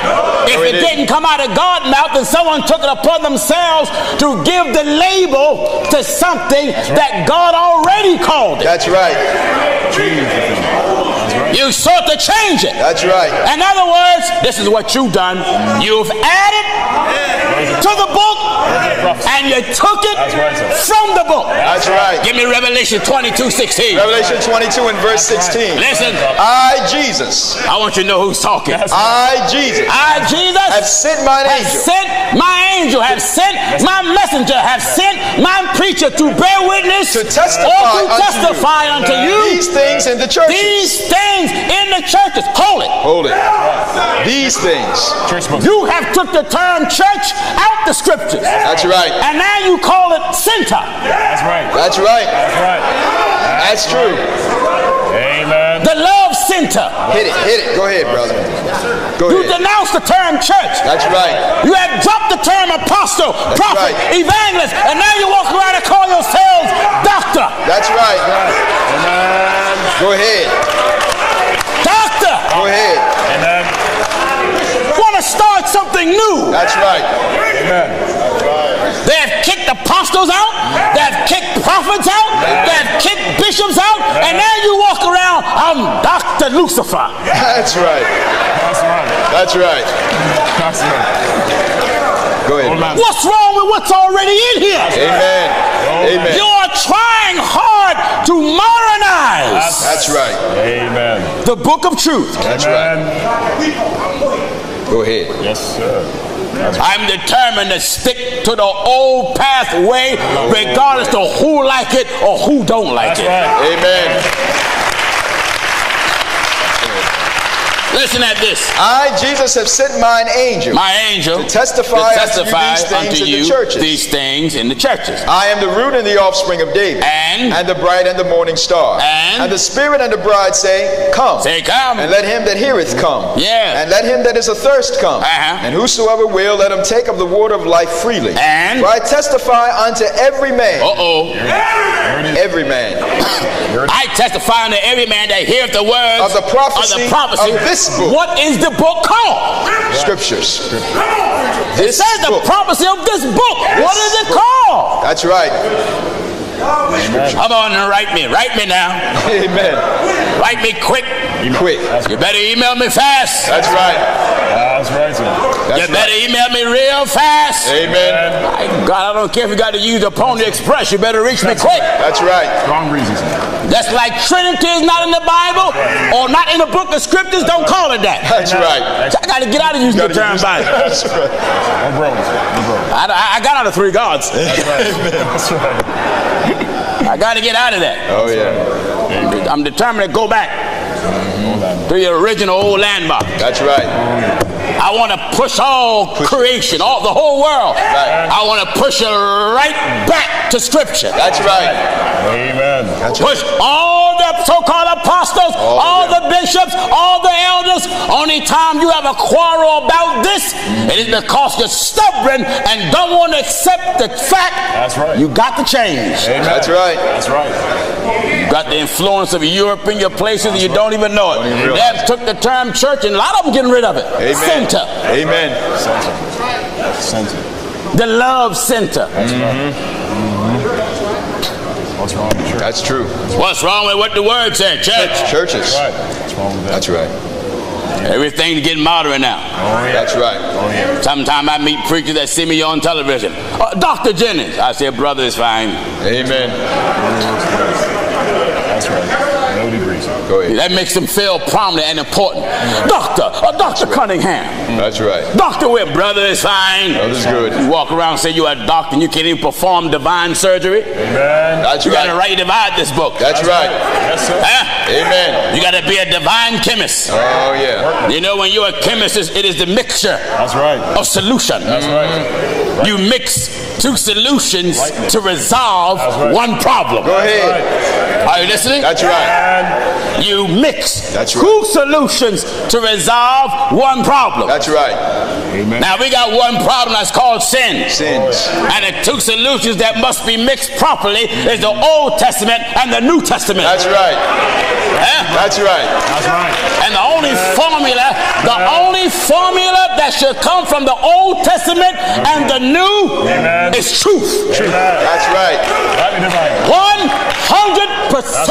[SPEAKER 1] If
[SPEAKER 2] it
[SPEAKER 1] it
[SPEAKER 2] didn't.
[SPEAKER 1] didn't come out of God's mouth, then someone took it upon themselves to give the label to something that God already called it.
[SPEAKER 2] That's right.
[SPEAKER 1] You sought to change it.
[SPEAKER 2] That's right.
[SPEAKER 1] In other words, this is what you've done. You've added to the book and you took it
[SPEAKER 3] That's right, sir.
[SPEAKER 1] from the book.
[SPEAKER 2] That's right.
[SPEAKER 1] Give me Revelation 22 16.
[SPEAKER 2] Revelation 22 and verse 16.
[SPEAKER 1] Listen,
[SPEAKER 2] I, Jesus,
[SPEAKER 1] I want you to know who's talking.
[SPEAKER 2] I, Jesus,
[SPEAKER 1] I,
[SPEAKER 2] have
[SPEAKER 1] Jesus,
[SPEAKER 2] sent mine
[SPEAKER 1] have
[SPEAKER 2] angel.
[SPEAKER 1] sent my angel, have sent my messenger, have sent my preacher to bear witness
[SPEAKER 2] To
[SPEAKER 1] or
[SPEAKER 2] testify
[SPEAKER 1] to
[SPEAKER 2] unto you.
[SPEAKER 1] testify unto you
[SPEAKER 2] These things in the churches.
[SPEAKER 1] these things in the churches. Hold it.
[SPEAKER 2] Hold it. These things.
[SPEAKER 3] Church book.
[SPEAKER 1] You have took the term church out the scriptures.
[SPEAKER 2] That's right.
[SPEAKER 1] And now you call it center.
[SPEAKER 3] That's right.
[SPEAKER 2] That's right.
[SPEAKER 3] That's right.
[SPEAKER 2] That's true.
[SPEAKER 3] Amen.
[SPEAKER 1] The love center.
[SPEAKER 2] Hit it. Hit it. Go ahead, brother. Go
[SPEAKER 1] You
[SPEAKER 2] ahead.
[SPEAKER 1] denounce the term church.
[SPEAKER 2] That's right.
[SPEAKER 1] You have dropped the term apostle, prophet,
[SPEAKER 2] right.
[SPEAKER 1] evangelist, and now you walk around and call yourselves doctor.
[SPEAKER 2] That's right.
[SPEAKER 3] Amen.
[SPEAKER 2] Go ahead.
[SPEAKER 1] Doctor.
[SPEAKER 2] Go ahead.
[SPEAKER 3] Amen.
[SPEAKER 1] Want to start something new.
[SPEAKER 2] That's right.
[SPEAKER 3] Amen.
[SPEAKER 1] They have kicked apostles out. They have kicked prophets out. They have kicked bishops out. And now you walk around, I'm Dr. Lucifer.
[SPEAKER 2] That's right.
[SPEAKER 3] That's right.
[SPEAKER 2] That's right.
[SPEAKER 3] That's right.
[SPEAKER 2] Go
[SPEAKER 3] Old
[SPEAKER 2] ahead.
[SPEAKER 3] man.
[SPEAKER 1] What's wrong with what's already in here?
[SPEAKER 2] Amen.
[SPEAKER 1] You
[SPEAKER 2] Amen.
[SPEAKER 1] are trying hard to modernize
[SPEAKER 2] That's right.
[SPEAKER 3] Amen.
[SPEAKER 1] the book of truth.
[SPEAKER 2] That's right.
[SPEAKER 3] Amen.
[SPEAKER 2] Go ahead.
[SPEAKER 3] Yes, sir.
[SPEAKER 1] I'm determined to stick to the old pathway, regardless to who like it or who don't like
[SPEAKER 3] That's
[SPEAKER 1] it.
[SPEAKER 3] right.
[SPEAKER 2] Amen.
[SPEAKER 1] Listen at this.
[SPEAKER 2] I, Jesus, have sent mine angel.
[SPEAKER 1] My angel
[SPEAKER 2] testify
[SPEAKER 1] to
[SPEAKER 2] unto you
[SPEAKER 1] testify
[SPEAKER 2] these things
[SPEAKER 1] unto
[SPEAKER 2] in the
[SPEAKER 1] you
[SPEAKER 2] churches.
[SPEAKER 1] these things in the churches.
[SPEAKER 2] I am the root and the offspring of David,
[SPEAKER 1] And
[SPEAKER 2] and the bright and the morning star.
[SPEAKER 1] And-
[SPEAKER 2] the spirit and the bride say, Come.
[SPEAKER 1] say, come.
[SPEAKER 2] And let him that heareth come.
[SPEAKER 1] Yeah.
[SPEAKER 2] And let him that is athirst come.
[SPEAKER 1] Uh-huh.
[SPEAKER 2] And whosoever will, let him take of the water of life freely.
[SPEAKER 1] And-
[SPEAKER 2] For I testify unto every man,
[SPEAKER 1] Uh oh.
[SPEAKER 3] There it is.
[SPEAKER 2] every man,
[SPEAKER 1] I testify unto every man that heareth the words
[SPEAKER 2] Of the prophecy
[SPEAKER 1] of the prophecy.
[SPEAKER 2] of this book.
[SPEAKER 1] What is the book called?
[SPEAKER 2] scriptures.
[SPEAKER 1] It
[SPEAKER 2] This
[SPEAKER 1] says the
[SPEAKER 2] book.
[SPEAKER 1] prophecy of this book. What is it
[SPEAKER 2] book.
[SPEAKER 1] called?
[SPEAKER 2] That's right.
[SPEAKER 1] Come on and write me. Write me now.
[SPEAKER 2] Amen.
[SPEAKER 1] Write me quick.
[SPEAKER 2] Quick.
[SPEAKER 1] You better email me fast.
[SPEAKER 2] That's right.
[SPEAKER 3] That's right, sir.
[SPEAKER 1] You
[SPEAKER 2] That's
[SPEAKER 1] better
[SPEAKER 2] right.
[SPEAKER 1] email me real fast.
[SPEAKER 2] Amen.
[SPEAKER 1] My God, I don't care if you got to use the Pony Express. You better reach me quick.
[SPEAKER 2] That's right.
[SPEAKER 3] Strong reasons. Amen.
[SPEAKER 1] That's like Trinity is not in the Bible or not in the book of scriptures. Don't call it that.
[SPEAKER 2] That's right.
[SPEAKER 1] I got to get out of using the
[SPEAKER 2] Gotta
[SPEAKER 1] term
[SPEAKER 2] use-
[SPEAKER 1] Bible.
[SPEAKER 2] That's right.
[SPEAKER 3] No bros. No bros.
[SPEAKER 1] I, I- I got out of three gods.
[SPEAKER 3] That's right.
[SPEAKER 1] I got to get out of that.
[SPEAKER 2] Oh yeah.
[SPEAKER 1] I'm determined to go back
[SPEAKER 3] Old man.
[SPEAKER 1] to the original old landmark.
[SPEAKER 2] That's right.
[SPEAKER 1] I want to push all creation, all the whole world.
[SPEAKER 2] Right.
[SPEAKER 1] I want to push it right back to scripture.
[SPEAKER 2] That's right.
[SPEAKER 3] Amen.
[SPEAKER 2] That's right.
[SPEAKER 1] Push all the so-called apostles, all,
[SPEAKER 2] All of
[SPEAKER 1] the bishops, all the elders, bills. Only time you have a quarrel about this,
[SPEAKER 3] Mm-hmm.
[SPEAKER 1] it is because you're stubborn and don't want to accept the fact
[SPEAKER 3] That's right.
[SPEAKER 1] you got to change.
[SPEAKER 3] Amen.
[SPEAKER 2] That's right.
[SPEAKER 3] That's right.
[SPEAKER 1] You got the influence of Europe in your places and you don't even know
[SPEAKER 2] Don't even
[SPEAKER 1] it.
[SPEAKER 2] realize
[SPEAKER 1] They took the term church and a lot of them getting rid of it.
[SPEAKER 2] Amen.
[SPEAKER 1] Center.
[SPEAKER 2] Amen.
[SPEAKER 3] Center. Center.
[SPEAKER 1] The love center.
[SPEAKER 3] What's wrong with church?
[SPEAKER 2] That's true.
[SPEAKER 1] What's wrong with what the word said, church?
[SPEAKER 2] Churches.
[SPEAKER 3] That's right. What's wrong with that?
[SPEAKER 2] That's right.
[SPEAKER 1] Everything's getting modern now.
[SPEAKER 3] Oh, yeah.
[SPEAKER 2] That's right.
[SPEAKER 3] Oh, yeah.
[SPEAKER 1] Sometimes I meet preachers that see me on television. Uh, Dr. Jennings. I say, brother, it's fine.
[SPEAKER 2] Amen.
[SPEAKER 3] That's right. No degrees.
[SPEAKER 2] Go ahead.
[SPEAKER 1] That makes them feel prominent and important. Doctor, or Dr. Cunningham.
[SPEAKER 2] That's right.
[SPEAKER 1] Doctor, where brother is fine.
[SPEAKER 2] Brother's good.
[SPEAKER 1] You walk around and say you're a doctor and you can't even perform divine surgery.
[SPEAKER 3] Amen.
[SPEAKER 2] That's
[SPEAKER 1] You got to
[SPEAKER 2] right.
[SPEAKER 1] right divide this book.
[SPEAKER 2] That's right.
[SPEAKER 3] Yes, sir.
[SPEAKER 1] Huh?
[SPEAKER 2] Amen.
[SPEAKER 1] You got to be a divine chemist.
[SPEAKER 2] Oh yeah.
[SPEAKER 1] You know, when you're a chemist, it's- it is the mixture
[SPEAKER 3] That's right.
[SPEAKER 1] of solution.
[SPEAKER 3] That's right.
[SPEAKER 1] You mix two solutions
[SPEAKER 3] Right.
[SPEAKER 1] to resolve
[SPEAKER 3] That's right.
[SPEAKER 1] one problem.
[SPEAKER 2] Go ahead.
[SPEAKER 1] Are you listening?
[SPEAKER 2] That's right.
[SPEAKER 3] And
[SPEAKER 1] You mix
[SPEAKER 2] That's right.
[SPEAKER 1] two solutions to resolve one problem.
[SPEAKER 2] That's right.
[SPEAKER 3] amen.
[SPEAKER 1] now, we got one problem that's called sin.
[SPEAKER 2] Sins.
[SPEAKER 1] And the two solutions that must be mixed properly is the Old Testament and the New Testament.
[SPEAKER 2] That's right.
[SPEAKER 1] Huh?
[SPEAKER 2] That's right.
[SPEAKER 3] That's right.
[SPEAKER 1] And the only formula, the only formula that should come from the Old Testament and the New
[SPEAKER 3] Amen.
[SPEAKER 1] is truth.
[SPEAKER 3] Amen.
[SPEAKER 2] That's right.
[SPEAKER 3] Happy divine.
[SPEAKER 1] 100%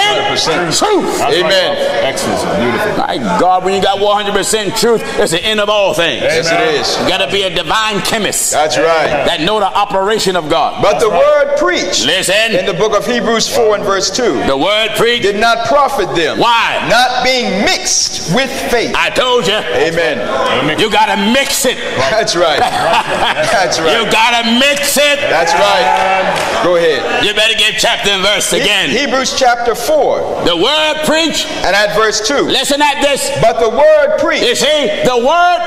[SPEAKER 1] truth.
[SPEAKER 3] That's
[SPEAKER 2] Amen.
[SPEAKER 3] Right. Excellent. Beautiful.
[SPEAKER 1] My God, when you got 100% truth, it's the end of all things.
[SPEAKER 2] Yes, it is.
[SPEAKER 1] You gotta be a divine chemist
[SPEAKER 2] That's right.
[SPEAKER 1] that know the operation of God.
[SPEAKER 2] But the word preached in
[SPEAKER 1] Listen,
[SPEAKER 2] the book of Hebrews 4 and verse 2
[SPEAKER 1] the word preached.
[SPEAKER 2] did not profit them.
[SPEAKER 1] Why?
[SPEAKER 2] Not being mixed with faith.
[SPEAKER 1] I told you,
[SPEAKER 2] Amen.
[SPEAKER 1] you gotta mix it.
[SPEAKER 2] That's right. That's
[SPEAKER 1] You
[SPEAKER 2] right.
[SPEAKER 1] gotta mix it.
[SPEAKER 2] That's right. Go ahead.
[SPEAKER 1] You better give chapter and verse
[SPEAKER 2] He-
[SPEAKER 1] again.
[SPEAKER 2] Hebrews chapter 4
[SPEAKER 1] The word preached.
[SPEAKER 2] and at verse 2.
[SPEAKER 1] Listen at this.
[SPEAKER 2] But the word
[SPEAKER 1] You
[SPEAKER 2] preached.
[SPEAKER 1] see, the word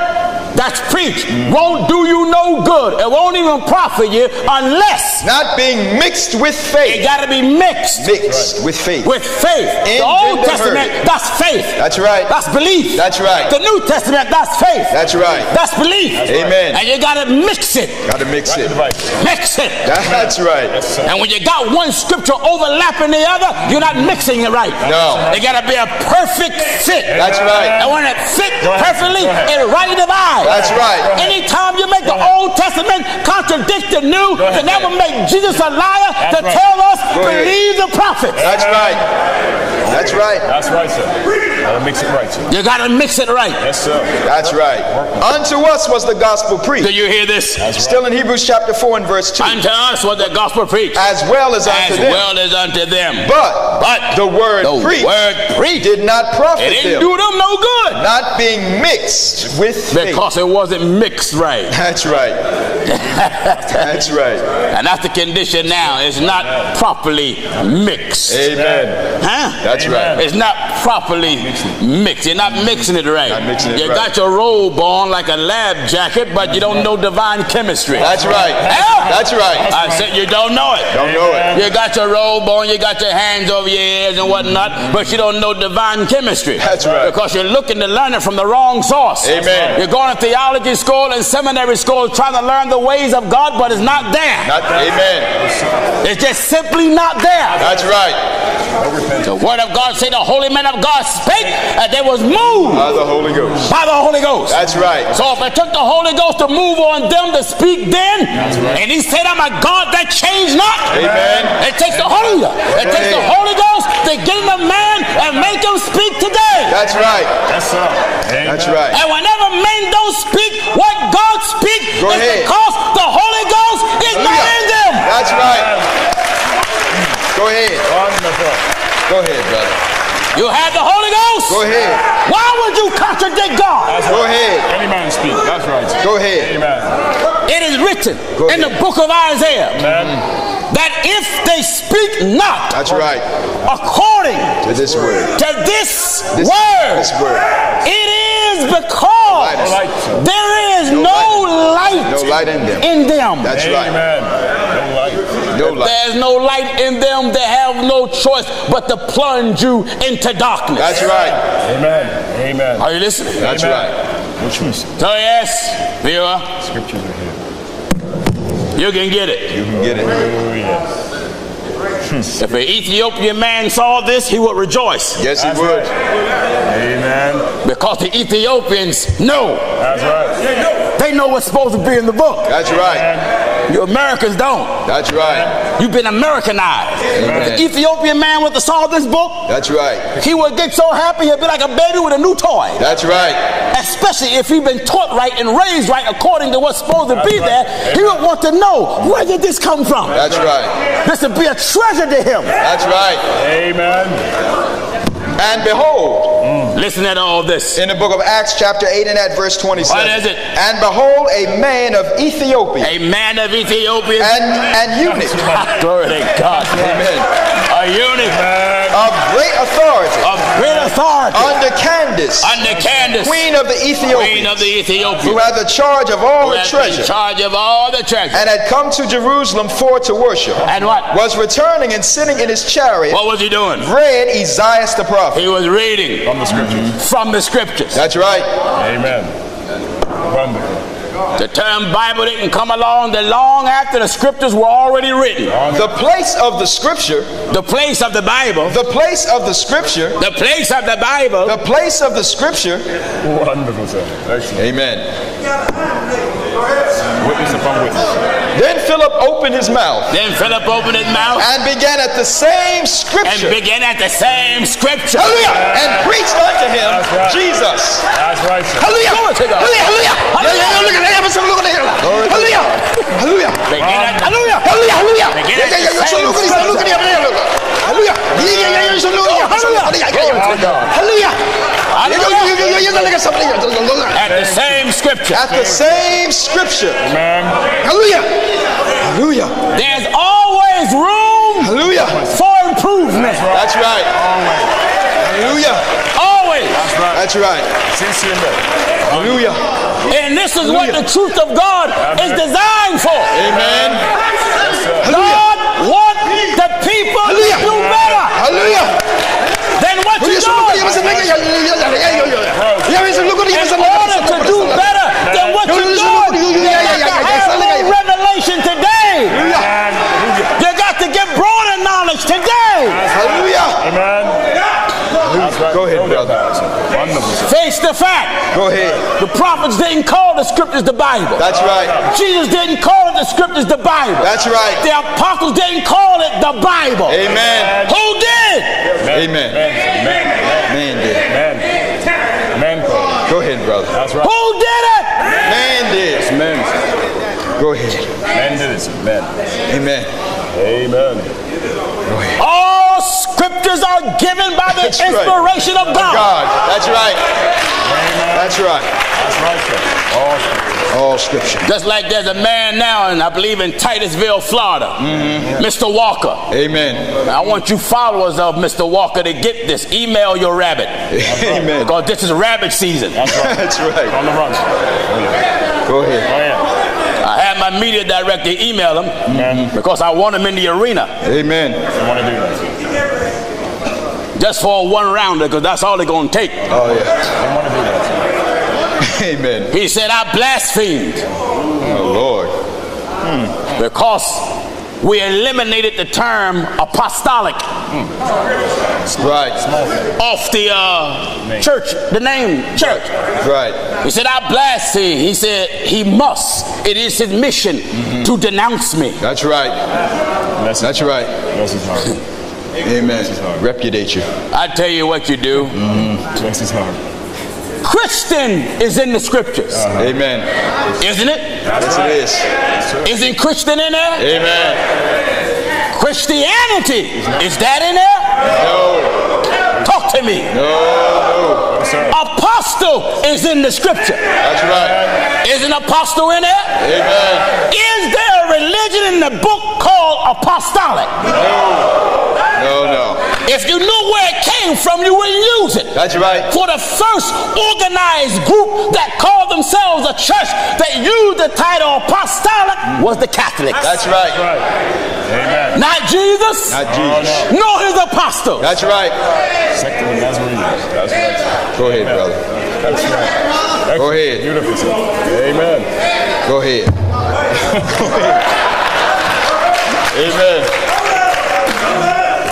[SPEAKER 1] that's preached won't do you no good. It won't even profit you unless
[SPEAKER 2] Not being mixed with
[SPEAKER 1] it
[SPEAKER 2] faith.
[SPEAKER 1] got to be mixed
[SPEAKER 2] Mixed with faith.
[SPEAKER 1] with faith.
[SPEAKER 2] And
[SPEAKER 1] the Old
[SPEAKER 2] with the
[SPEAKER 1] Testament,
[SPEAKER 2] herd.
[SPEAKER 1] that's faith.
[SPEAKER 2] That's right.
[SPEAKER 1] That's belief.
[SPEAKER 2] That's right.
[SPEAKER 1] The New Testament, that's faith.
[SPEAKER 2] That's right.
[SPEAKER 1] That's belief.
[SPEAKER 2] Amen.
[SPEAKER 1] And you got to mix it.
[SPEAKER 2] Got to mix
[SPEAKER 3] Happy
[SPEAKER 2] it.
[SPEAKER 3] divine.
[SPEAKER 1] Mix it.
[SPEAKER 2] That's right.
[SPEAKER 3] Yes, sir.
[SPEAKER 1] And when you got one scripture overlapping the other, you're not mixing it right.
[SPEAKER 2] No.
[SPEAKER 1] It got to be a perfect fit.
[SPEAKER 2] That's right.
[SPEAKER 1] And when it fit
[SPEAKER 3] Go ahead.
[SPEAKER 1] perfectly,
[SPEAKER 3] Go ahead.
[SPEAKER 1] it right divides.
[SPEAKER 2] That's right.
[SPEAKER 1] Anytime you make the
[SPEAKER 3] ahead.
[SPEAKER 1] Old Testament contradict the New,
[SPEAKER 3] Go ahead.
[SPEAKER 1] then that will make Jesus a liar
[SPEAKER 3] That's
[SPEAKER 1] to
[SPEAKER 3] right.
[SPEAKER 1] tell us
[SPEAKER 2] Go ahead.
[SPEAKER 1] believe the prophets.
[SPEAKER 2] That's right. That's right.
[SPEAKER 3] That's right, sir. Gotta mix it right, sir.
[SPEAKER 1] You gotta mix it right.
[SPEAKER 3] Yes, sir.
[SPEAKER 2] That's right. Unto us was the gospel
[SPEAKER 1] Do
[SPEAKER 2] preached.
[SPEAKER 1] you hear this?
[SPEAKER 2] Still in Hebrews chapter 4 and verse 2.
[SPEAKER 1] Unto us was the gospel preached,
[SPEAKER 2] As well as
[SPEAKER 1] as
[SPEAKER 2] unto them.
[SPEAKER 1] well as unto them.
[SPEAKER 2] But
[SPEAKER 1] But
[SPEAKER 2] the word
[SPEAKER 1] the
[SPEAKER 2] preached
[SPEAKER 1] word preached
[SPEAKER 2] did not
[SPEAKER 1] it
[SPEAKER 2] profit
[SPEAKER 1] didn't
[SPEAKER 2] them.
[SPEAKER 1] do them no good
[SPEAKER 2] Not being mixed with faith.
[SPEAKER 1] because it wasn't mixed right.
[SPEAKER 2] That's right. That's right.
[SPEAKER 1] And that's the condition now. It's not properly mixed.
[SPEAKER 2] Amen.
[SPEAKER 1] Huh?
[SPEAKER 2] That's right.
[SPEAKER 1] It's not properly mixed. You're not mixing it right.
[SPEAKER 2] Mm-hmm. Not mixing it
[SPEAKER 1] you
[SPEAKER 2] right. Mm-hmm.
[SPEAKER 1] got your robe on like a lab jacket, but you don't know divine chemistry.
[SPEAKER 2] That's right.
[SPEAKER 1] Huh?
[SPEAKER 2] That's right.
[SPEAKER 1] I said you don't know it.
[SPEAKER 2] Don't know it.
[SPEAKER 1] You got your robe on, you got your hands over your ears and whatnot, but you don't know divine chemistry.
[SPEAKER 2] Mm-hmm. That's right.
[SPEAKER 1] Because you're looking to learn it from the wrong source.
[SPEAKER 2] Amen.
[SPEAKER 1] You're going to theology school and seminary school trying to learn the ways of God, but it's not there.
[SPEAKER 2] Not, amen.
[SPEAKER 1] It's just simply not there.
[SPEAKER 2] That's right.
[SPEAKER 1] The word of God said the holy men of God spake, and they was moved
[SPEAKER 2] By the Holy Ghost.
[SPEAKER 1] by the Holy Ghost.
[SPEAKER 2] That's right.
[SPEAKER 1] So if it took the Holy Ghost to move on them to speak then, and he said, I'm a God that changed not.
[SPEAKER 2] Amen.
[SPEAKER 1] It takes the Holy Ghost. It takes the
[SPEAKER 2] Amen.
[SPEAKER 1] Holy Ghost to get in a man and make him speak today.
[SPEAKER 2] That's right.
[SPEAKER 3] Yes, sir. Amen.
[SPEAKER 2] That's right.
[SPEAKER 1] And whenever men don't speak what God speaks,
[SPEAKER 2] Go
[SPEAKER 1] it's
[SPEAKER 2] ahead.
[SPEAKER 1] because the Holy Ghost is not in them.
[SPEAKER 2] That's right. Go ahead.
[SPEAKER 3] Wonderful.
[SPEAKER 2] Go ahead, brother.
[SPEAKER 1] You have the Holy Ghost.
[SPEAKER 2] Go ahead.
[SPEAKER 1] Why would you contradict God?
[SPEAKER 3] That's
[SPEAKER 2] Go
[SPEAKER 3] right.
[SPEAKER 2] ahead.
[SPEAKER 3] Any man speak. That's right. sir.
[SPEAKER 2] Go ahead.
[SPEAKER 3] Amen.
[SPEAKER 1] It is written
[SPEAKER 2] Go
[SPEAKER 1] in the
[SPEAKER 2] ahead.
[SPEAKER 1] book of Isaiah
[SPEAKER 3] Amen.
[SPEAKER 1] that if they speak not
[SPEAKER 2] That's right.
[SPEAKER 1] according
[SPEAKER 2] To this word.
[SPEAKER 1] to this,
[SPEAKER 2] This,
[SPEAKER 1] word,
[SPEAKER 2] This word.
[SPEAKER 1] it is because
[SPEAKER 2] No
[SPEAKER 3] light, sir.
[SPEAKER 1] there is
[SPEAKER 2] No
[SPEAKER 1] no light,
[SPEAKER 2] No light in them.
[SPEAKER 1] in them.
[SPEAKER 2] That's right.
[SPEAKER 3] Amen. No light.
[SPEAKER 2] No light.
[SPEAKER 1] There's no light in them. They have no choice but to plunge you into darkness.
[SPEAKER 2] That's right.
[SPEAKER 3] Amen. Amen.
[SPEAKER 1] Are you listening?
[SPEAKER 2] That's right.
[SPEAKER 3] right. The truth.
[SPEAKER 1] So yes, viewer,
[SPEAKER 3] Scriptures are here.
[SPEAKER 1] you can get it.
[SPEAKER 2] You can get it.
[SPEAKER 3] Oh, yes.
[SPEAKER 1] If an Ethiopian man saw this, he would rejoice
[SPEAKER 2] Yes,
[SPEAKER 3] That's
[SPEAKER 2] he would.
[SPEAKER 3] right. Amen.
[SPEAKER 1] because the Ethiopians know.
[SPEAKER 3] That's right.
[SPEAKER 1] They know what's supposed to be in the book.
[SPEAKER 2] That's right.
[SPEAKER 1] You Americans don't.
[SPEAKER 2] That's right.
[SPEAKER 1] You've been Americanized. If the Ethiopian man with the saw this book,
[SPEAKER 2] That's right.
[SPEAKER 1] he would get so happy he'd be like a baby with a new toy.
[SPEAKER 2] That's right.
[SPEAKER 1] especially if he's been taught right and raised right according to what's supposed to be
[SPEAKER 3] That's
[SPEAKER 1] there,
[SPEAKER 3] right.
[SPEAKER 1] he would want to know where did this come from?
[SPEAKER 2] That's right.
[SPEAKER 1] This would be a treasure to him.
[SPEAKER 2] That's right.
[SPEAKER 3] Amen.
[SPEAKER 2] And behold,
[SPEAKER 1] Listen at all this.
[SPEAKER 2] in the book of Acts, chapter 8, and at verse 27.
[SPEAKER 1] What is it?
[SPEAKER 2] And behold, a man of Ethiopia
[SPEAKER 1] A man of Ethiopia.
[SPEAKER 2] and an eunuch,
[SPEAKER 1] Glory to God.
[SPEAKER 2] amen,
[SPEAKER 1] A eunuch
[SPEAKER 3] Amen.
[SPEAKER 2] of great authority,
[SPEAKER 1] of great authority
[SPEAKER 2] under Candace,
[SPEAKER 1] under Candace,
[SPEAKER 2] queen of the
[SPEAKER 1] queen
[SPEAKER 2] Ethiopians,
[SPEAKER 1] of the
[SPEAKER 2] who
[SPEAKER 1] Ethiopians,
[SPEAKER 2] had the charge of all
[SPEAKER 1] who
[SPEAKER 2] her
[SPEAKER 1] has been in
[SPEAKER 2] treasure,
[SPEAKER 1] charge of all the treasure.
[SPEAKER 2] and had come to Jerusalem for to worship,
[SPEAKER 1] And what?
[SPEAKER 2] was returning and sitting in his chariot,
[SPEAKER 1] What was he doing?
[SPEAKER 2] read Isaiah the prophet.
[SPEAKER 1] He was reading
[SPEAKER 3] From the scriptures.
[SPEAKER 1] from the scriptures.
[SPEAKER 2] That's right.
[SPEAKER 3] Amen. Wonderful.
[SPEAKER 1] The term Bible didn't come along that long after the scriptures were already written.
[SPEAKER 2] The place of the scripture,
[SPEAKER 1] The place of the Bible
[SPEAKER 2] the place of the scripture,
[SPEAKER 1] The place of the Bible
[SPEAKER 2] the place of the scripture.
[SPEAKER 3] Wonderful, sir. Excellent.
[SPEAKER 2] Amen.
[SPEAKER 3] Witness upon witness.
[SPEAKER 2] Then Philip opened his mouth
[SPEAKER 1] Then Philip opened his mouth
[SPEAKER 2] and began at the same
[SPEAKER 1] and
[SPEAKER 2] scripture.
[SPEAKER 1] began at the same scripture.
[SPEAKER 2] Hallelujah! And preached unto him
[SPEAKER 3] That's right.
[SPEAKER 2] Jesus.
[SPEAKER 3] That's right, sir.
[SPEAKER 2] Hallelujah!
[SPEAKER 1] Glory to God.
[SPEAKER 2] Hallelujah! Hallelujah!
[SPEAKER 1] Hallelujah.
[SPEAKER 2] Hallelujah! Hallelujah! Hallelujah!
[SPEAKER 1] Begin at-
[SPEAKER 2] Hallelujah! Hallelujah! Hallelujah!
[SPEAKER 1] Begin
[SPEAKER 2] Yeah,
[SPEAKER 1] at the
[SPEAKER 2] yeah, yeah,
[SPEAKER 1] same
[SPEAKER 2] Hallelujah! Hallelujah! Hallelujah! Yeah, yeah, yeah, yeah, Hallelujah! Hallelujah!
[SPEAKER 1] Glory to God.
[SPEAKER 2] Hallelujah!
[SPEAKER 1] Hallelujah.
[SPEAKER 2] Yeah, yeah, yeah, yeah, yeah, yeah.
[SPEAKER 1] At the same scripture.
[SPEAKER 2] At the same scripture.
[SPEAKER 3] Amen.
[SPEAKER 2] Hallelujah! Hallelujah!
[SPEAKER 1] There's always room
[SPEAKER 2] Hallelujah!
[SPEAKER 1] for improvement.
[SPEAKER 2] That's right. Hallelujah!
[SPEAKER 1] Always.
[SPEAKER 2] That's right.
[SPEAKER 3] Sincere men.
[SPEAKER 2] Hallelujah!
[SPEAKER 1] And this is what the truth of God is designed for.
[SPEAKER 2] Amen.
[SPEAKER 1] God wants the people to do better
[SPEAKER 2] Hallelujah!
[SPEAKER 1] than what
[SPEAKER 2] Hallelujah!
[SPEAKER 1] you know. In order to do better than what you know, you have to have more revelation today.
[SPEAKER 3] Hallelujah.
[SPEAKER 1] You got to get broader knowledge today.
[SPEAKER 2] Hallelujah!
[SPEAKER 3] Amen. That's right.
[SPEAKER 2] Go ahead,
[SPEAKER 3] Know that
[SPEAKER 2] brother.
[SPEAKER 3] Bible, sir. Wonderful, sir.
[SPEAKER 1] Face the fact.
[SPEAKER 2] Go ahead.
[SPEAKER 1] The prophets didn't call the scriptures the Bible.
[SPEAKER 2] That's right.
[SPEAKER 1] Jesus didn't call it the scriptures the Bible.
[SPEAKER 2] That's right.
[SPEAKER 1] The apostles didn't call it the Bible.
[SPEAKER 2] Amen.
[SPEAKER 1] Who did?
[SPEAKER 2] Amen.
[SPEAKER 3] Amen.
[SPEAKER 2] Man
[SPEAKER 3] Amen. Amen. Amen. Amen.
[SPEAKER 2] did. Go ahead, brother.
[SPEAKER 3] That's right.
[SPEAKER 1] Who did it?
[SPEAKER 2] Man did.
[SPEAKER 3] Men.
[SPEAKER 2] Go ahead.
[SPEAKER 3] Men did it, sir. Men.
[SPEAKER 2] Amen.
[SPEAKER 3] Amen.
[SPEAKER 1] All scriptures are given by the
[SPEAKER 2] That's right.
[SPEAKER 1] inspiration of God.
[SPEAKER 2] God. That's right.
[SPEAKER 3] Amen.
[SPEAKER 2] That's right.
[SPEAKER 3] That's right, sir. Awesome.
[SPEAKER 2] All scripture.
[SPEAKER 1] Just like there's a man now, and I believe in Titusville, Florida,
[SPEAKER 3] Mm-hmm.
[SPEAKER 1] Mr. Walker.
[SPEAKER 2] Amen.
[SPEAKER 1] I want you followers of Mr. Walker to get this. Email your rabbit
[SPEAKER 2] Amen.
[SPEAKER 1] because this is rabbit season.
[SPEAKER 3] That's right.
[SPEAKER 2] That's right.
[SPEAKER 3] On the run. Oh, yeah.
[SPEAKER 2] Go ahead.
[SPEAKER 3] Oh, yeah.
[SPEAKER 1] I had my media director email him
[SPEAKER 3] Amen.
[SPEAKER 1] because I want him in the arena
[SPEAKER 2] Amen.
[SPEAKER 3] You want to do that.
[SPEAKER 1] just for a one rounder because that's all they're going to take.
[SPEAKER 2] Oh yeah.
[SPEAKER 3] You want to do that.
[SPEAKER 2] Amen.
[SPEAKER 1] He said, I blasphemed
[SPEAKER 2] Oh Lord.
[SPEAKER 1] because we eliminated the term apostolic
[SPEAKER 2] Right.
[SPEAKER 1] off the uh, church, the name church.
[SPEAKER 2] Right.
[SPEAKER 1] He said, I blasphemed. He said, He must. It is His mission to denounce me.
[SPEAKER 2] That's right.
[SPEAKER 3] Message.
[SPEAKER 2] That's right.
[SPEAKER 3] Bless his heart.
[SPEAKER 2] Amen. Repudiate you.
[SPEAKER 1] I tell you what you do.
[SPEAKER 3] Bless his heart.
[SPEAKER 1] Christian is in the scriptures,
[SPEAKER 2] Amen.
[SPEAKER 1] isn't it?
[SPEAKER 2] Yes, it is.
[SPEAKER 1] Isn't Christian in there?
[SPEAKER 2] Amen.
[SPEAKER 1] Christianity. Is that in there?
[SPEAKER 2] No.
[SPEAKER 1] Talk to me.
[SPEAKER 2] No.
[SPEAKER 3] Oh, sir.
[SPEAKER 1] Apostle is in the scripture.
[SPEAKER 2] That's right.
[SPEAKER 1] Is an apostle in there?
[SPEAKER 2] Amen.
[SPEAKER 1] Is there a religion in the book called apostolic?
[SPEAKER 2] No. No, no.
[SPEAKER 1] If you knew where it came from, you wouldn't use it.
[SPEAKER 2] That's right.
[SPEAKER 1] For the first organized group that called themselves a church that used the title apostolic was the Catholics.
[SPEAKER 2] That's right.
[SPEAKER 3] Right. Amen.
[SPEAKER 1] Not Jesus,
[SPEAKER 2] Not Jesus.
[SPEAKER 1] nor his apostles.
[SPEAKER 2] That's right.
[SPEAKER 3] Second one, that's what That's right.
[SPEAKER 2] Go ahead, brother.
[SPEAKER 3] That's right.
[SPEAKER 2] Go ahead.
[SPEAKER 3] Beautiful. sir. Amen.
[SPEAKER 2] Go ahead.
[SPEAKER 3] Amen.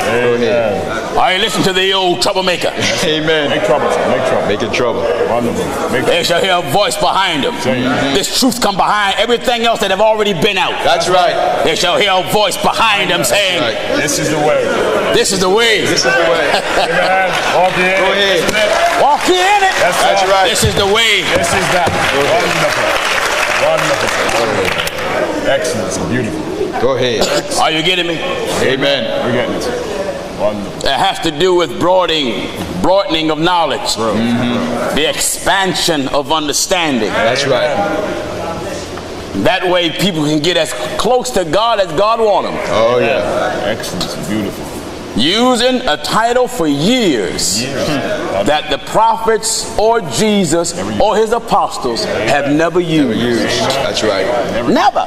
[SPEAKER 3] Amen.
[SPEAKER 1] All right, listen to the old troublemaker.
[SPEAKER 2] Amen.
[SPEAKER 3] Make trouble. sir. Make trouble.
[SPEAKER 2] Making trouble.
[SPEAKER 3] Wonderful. Make
[SPEAKER 1] They shall hear a voice behind them. This truth come behind everything else that have already been out.
[SPEAKER 2] That's right.
[SPEAKER 1] They shall hear a voice behind them saying,
[SPEAKER 2] Right.
[SPEAKER 3] This is the way.
[SPEAKER 1] This is the way.
[SPEAKER 2] This is the way.
[SPEAKER 3] Amen. Walk in.
[SPEAKER 2] Go ahead.
[SPEAKER 3] This is it.
[SPEAKER 1] Walk in it.
[SPEAKER 3] That's,
[SPEAKER 2] That's
[SPEAKER 3] all.
[SPEAKER 2] right.
[SPEAKER 1] This is the way.
[SPEAKER 3] This is that. Wonderful. Wonderful. Excellence and beautiful.
[SPEAKER 2] Go ahead.
[SPEAKER 1] Are you getting me?
[SPEAKER 2] Amen.
[SPEAKER 3] We're getting it. Wonderful.
[SPEAKER 1] that has to do with broadening, broadening of knowledge, Mm-hmm. the expansion of understanding.
[SPEAKER 2] That's right.
[SPEAKER 1] That way, people can get as close to God as God wants them.
[SPEAKER 2] Oh yeah.
[SPEAKER 3] Excellence and beautiful.
[SPEAKER 1] Using a title for years that the prophets or Jesus or his apostles have never used.
[SPEAKER 2] Huge. That's right.
[SPEAKER 1] Never.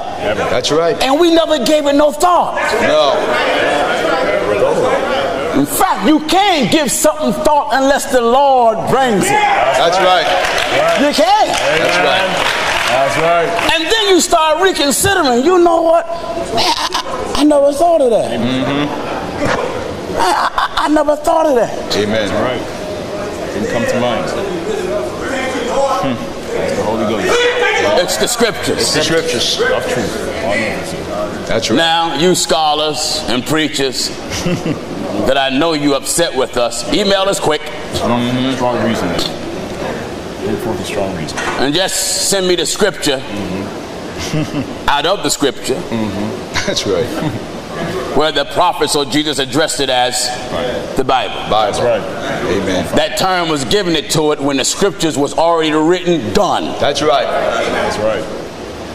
[SPEAKER 2] That's right.
[SPEAKER 1] And we never gave it no thought.
[SPEAKER 2] No.
[SPEAKER 1] In fact, you can't give something thought unless the Lord brings it.
[SPEAKER 2] That's right.
[SPEAKER 1] You can't.
[SPEAKER 3] That's
[SPEAKER 2] right.
[SPEAKER 3] That's right.
[SPEAKER 1] And then you start reconsidering. You know what? Man, I, I, I never thought of that. I, I, I never thought of that.
[SPEAKER 2] Amen.
[SPEAKER 3] Right. Didn't come to mind. Hmm. That's the Holy Ghost.
[SPEAKER 1] It's the scriptures.
[SPEAKER 2] The scriptures.
[SPEAKER 3] Of truth. Wonderful. sir.
[SPEAKER 2] That's right.
[SPEAKER 1] Now, you scholars and preachers that I know you upset with us, email us quick
[SPEAKER 3] Strong, strong reason. Bring forth a strong reason.
[SPEAKER 1] and just send me the scripture out of the scripture
[SPEAKER 2] That's right.
[SPEAKER 1] where the prophets or Jesus addressed it as the Bible.
[SPEAKER 2] Bible. That's
[SPEAKER 3] right.
[SPEAKER 2] Amen.
[SPEAKER 1] That term was given it to it when the scriptures was already written, done.
[SPEAKER 2] That's right.
[SPEAKER 3] That's right.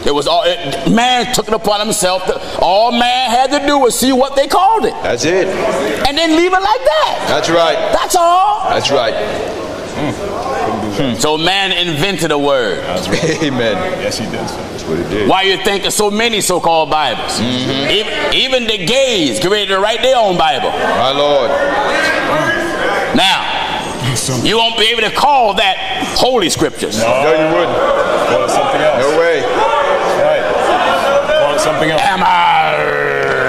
[SPEAKER 1] It was all it, man took it upon himself. To, all man had to do was see what they called it,
[SPEAKER 2] That's it.
[SPEAKER 1] and then leave it like that.
[SPEAKER 2] That's right.
[SPEAKER 1] That's all.
[SPEAKER 2] That's right.
[SPEAKER 1] So man invented a word.
[SPEAKER 3] That's right.
[SPEAKER 2] Amen.
[SPEAKER 3] Yes, he did. sir.
[SPEAKER 2] That's what it did.
[SPEAKER 1] Why you think of so many so-called Bibles?
[SPEAKER 2] Mm-hmm.
[SPEAKER 1] Even, even the gays get ready to write their own Bible.
[SPEAKER 2] My Lord.
[SPEAKER 1] Now, you won't be able to call that holy scriptures.
[SPEAKER 2] No, you wouldn't.
[SPEAKER 3] Call it something else.
[SPEAKER 2] No way.
[SPEAKER 3] Right. Call it something else.
[SPEAKER 1] Am I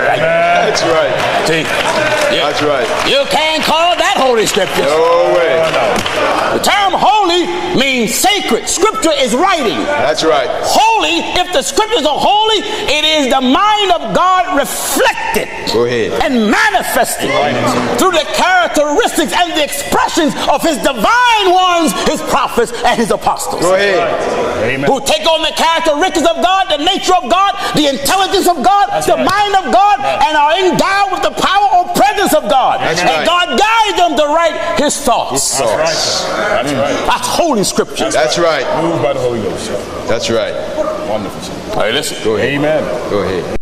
[SPEAKER 1] right?
[SPEAKER 2] That's right.
[SPEAKER 1] See? You,
[SPEAKER 2] That's right.
[SPEAKER 1] you can't call that holy scriptures.
[SPEAKER 2] No way.
[SPEAKER 1] The term holy means sacred. Scripture is writing.
[SPEAKER 2] That's right.
[SPEAKER 1] holy, if the scriptures are holy, it is the mind of God reflected
[SPEAKER 2] Go ahead.
[SPEAKER 1] and manifested through the characteristics and the expressions of his divine ones, his prophets, and his apostles.
[SPEAKER 2] Go ahead.
[SPEAKER 3] Amen.
[SPEAKER 1] Who take on the characteristics of God, the nature of God, the intelligence of God, the
[SPEAKER 3] right.
[SPEAKER 1] mind of God, and are endowed with the power or presence of God.
[SPEAKER 2] That's
[SPEAKER 1] and
[SPEAKER 2] right.
[SPEAKER 1] God guides them to write his thoughts.
[SPEAKER 3] That's right. sir. That's
[SPEAKER 2] Hmm.
[SPEAKER 3] right.
[SPEAKER 1] That's holy scripture.
[SPEAKER 2] That's right.
[SPEAKER 3] Moved by the Holy Ghost. sir.
[SPEAKER 2] That's right.
[SPEAKER 3] Wonderful. sir.
[SPEAKER 1] All right, listen.
[SPEAKER 2] Go ahead.
[SPEAKER 3] Amen.
[SPEAKER 2] Go ahead.